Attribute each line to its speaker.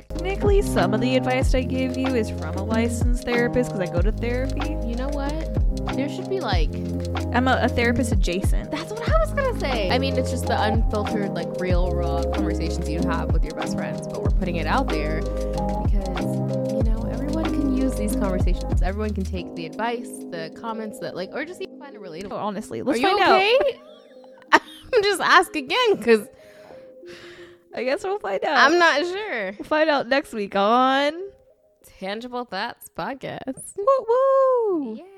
Speaker 1: technically some of the advice I give you is from a licensed therapist because I go to therapy.
Speaker 2: You know what? There should be like.
Speaker 1: I'm a, a therapist adjacent.
Speaker 2: That's what I was gonna say. I mean, it's just the unfiltered, like real, raw conversations you have with your best friends, but we're putting it out there because you know everyone can use these conversations. Everyone can take the advice, the comments that like, or just even find it
Speaker 1: Oh,
Speaker 2: relatable.
Speaker 1: honestly, let's
Speaker 2: Are you
Speaker 1: find out.
Speaker 2: okay? I'm just ask again because
Speaker 1: I guess we'll find out.
Speaker 2: I'm not sure.
Speaker 1: we'll find out next week on
Speaker 2: Tangible Thoughts podcast.
Speaker 1: Woo Woo.
Speaker 2: Yeah.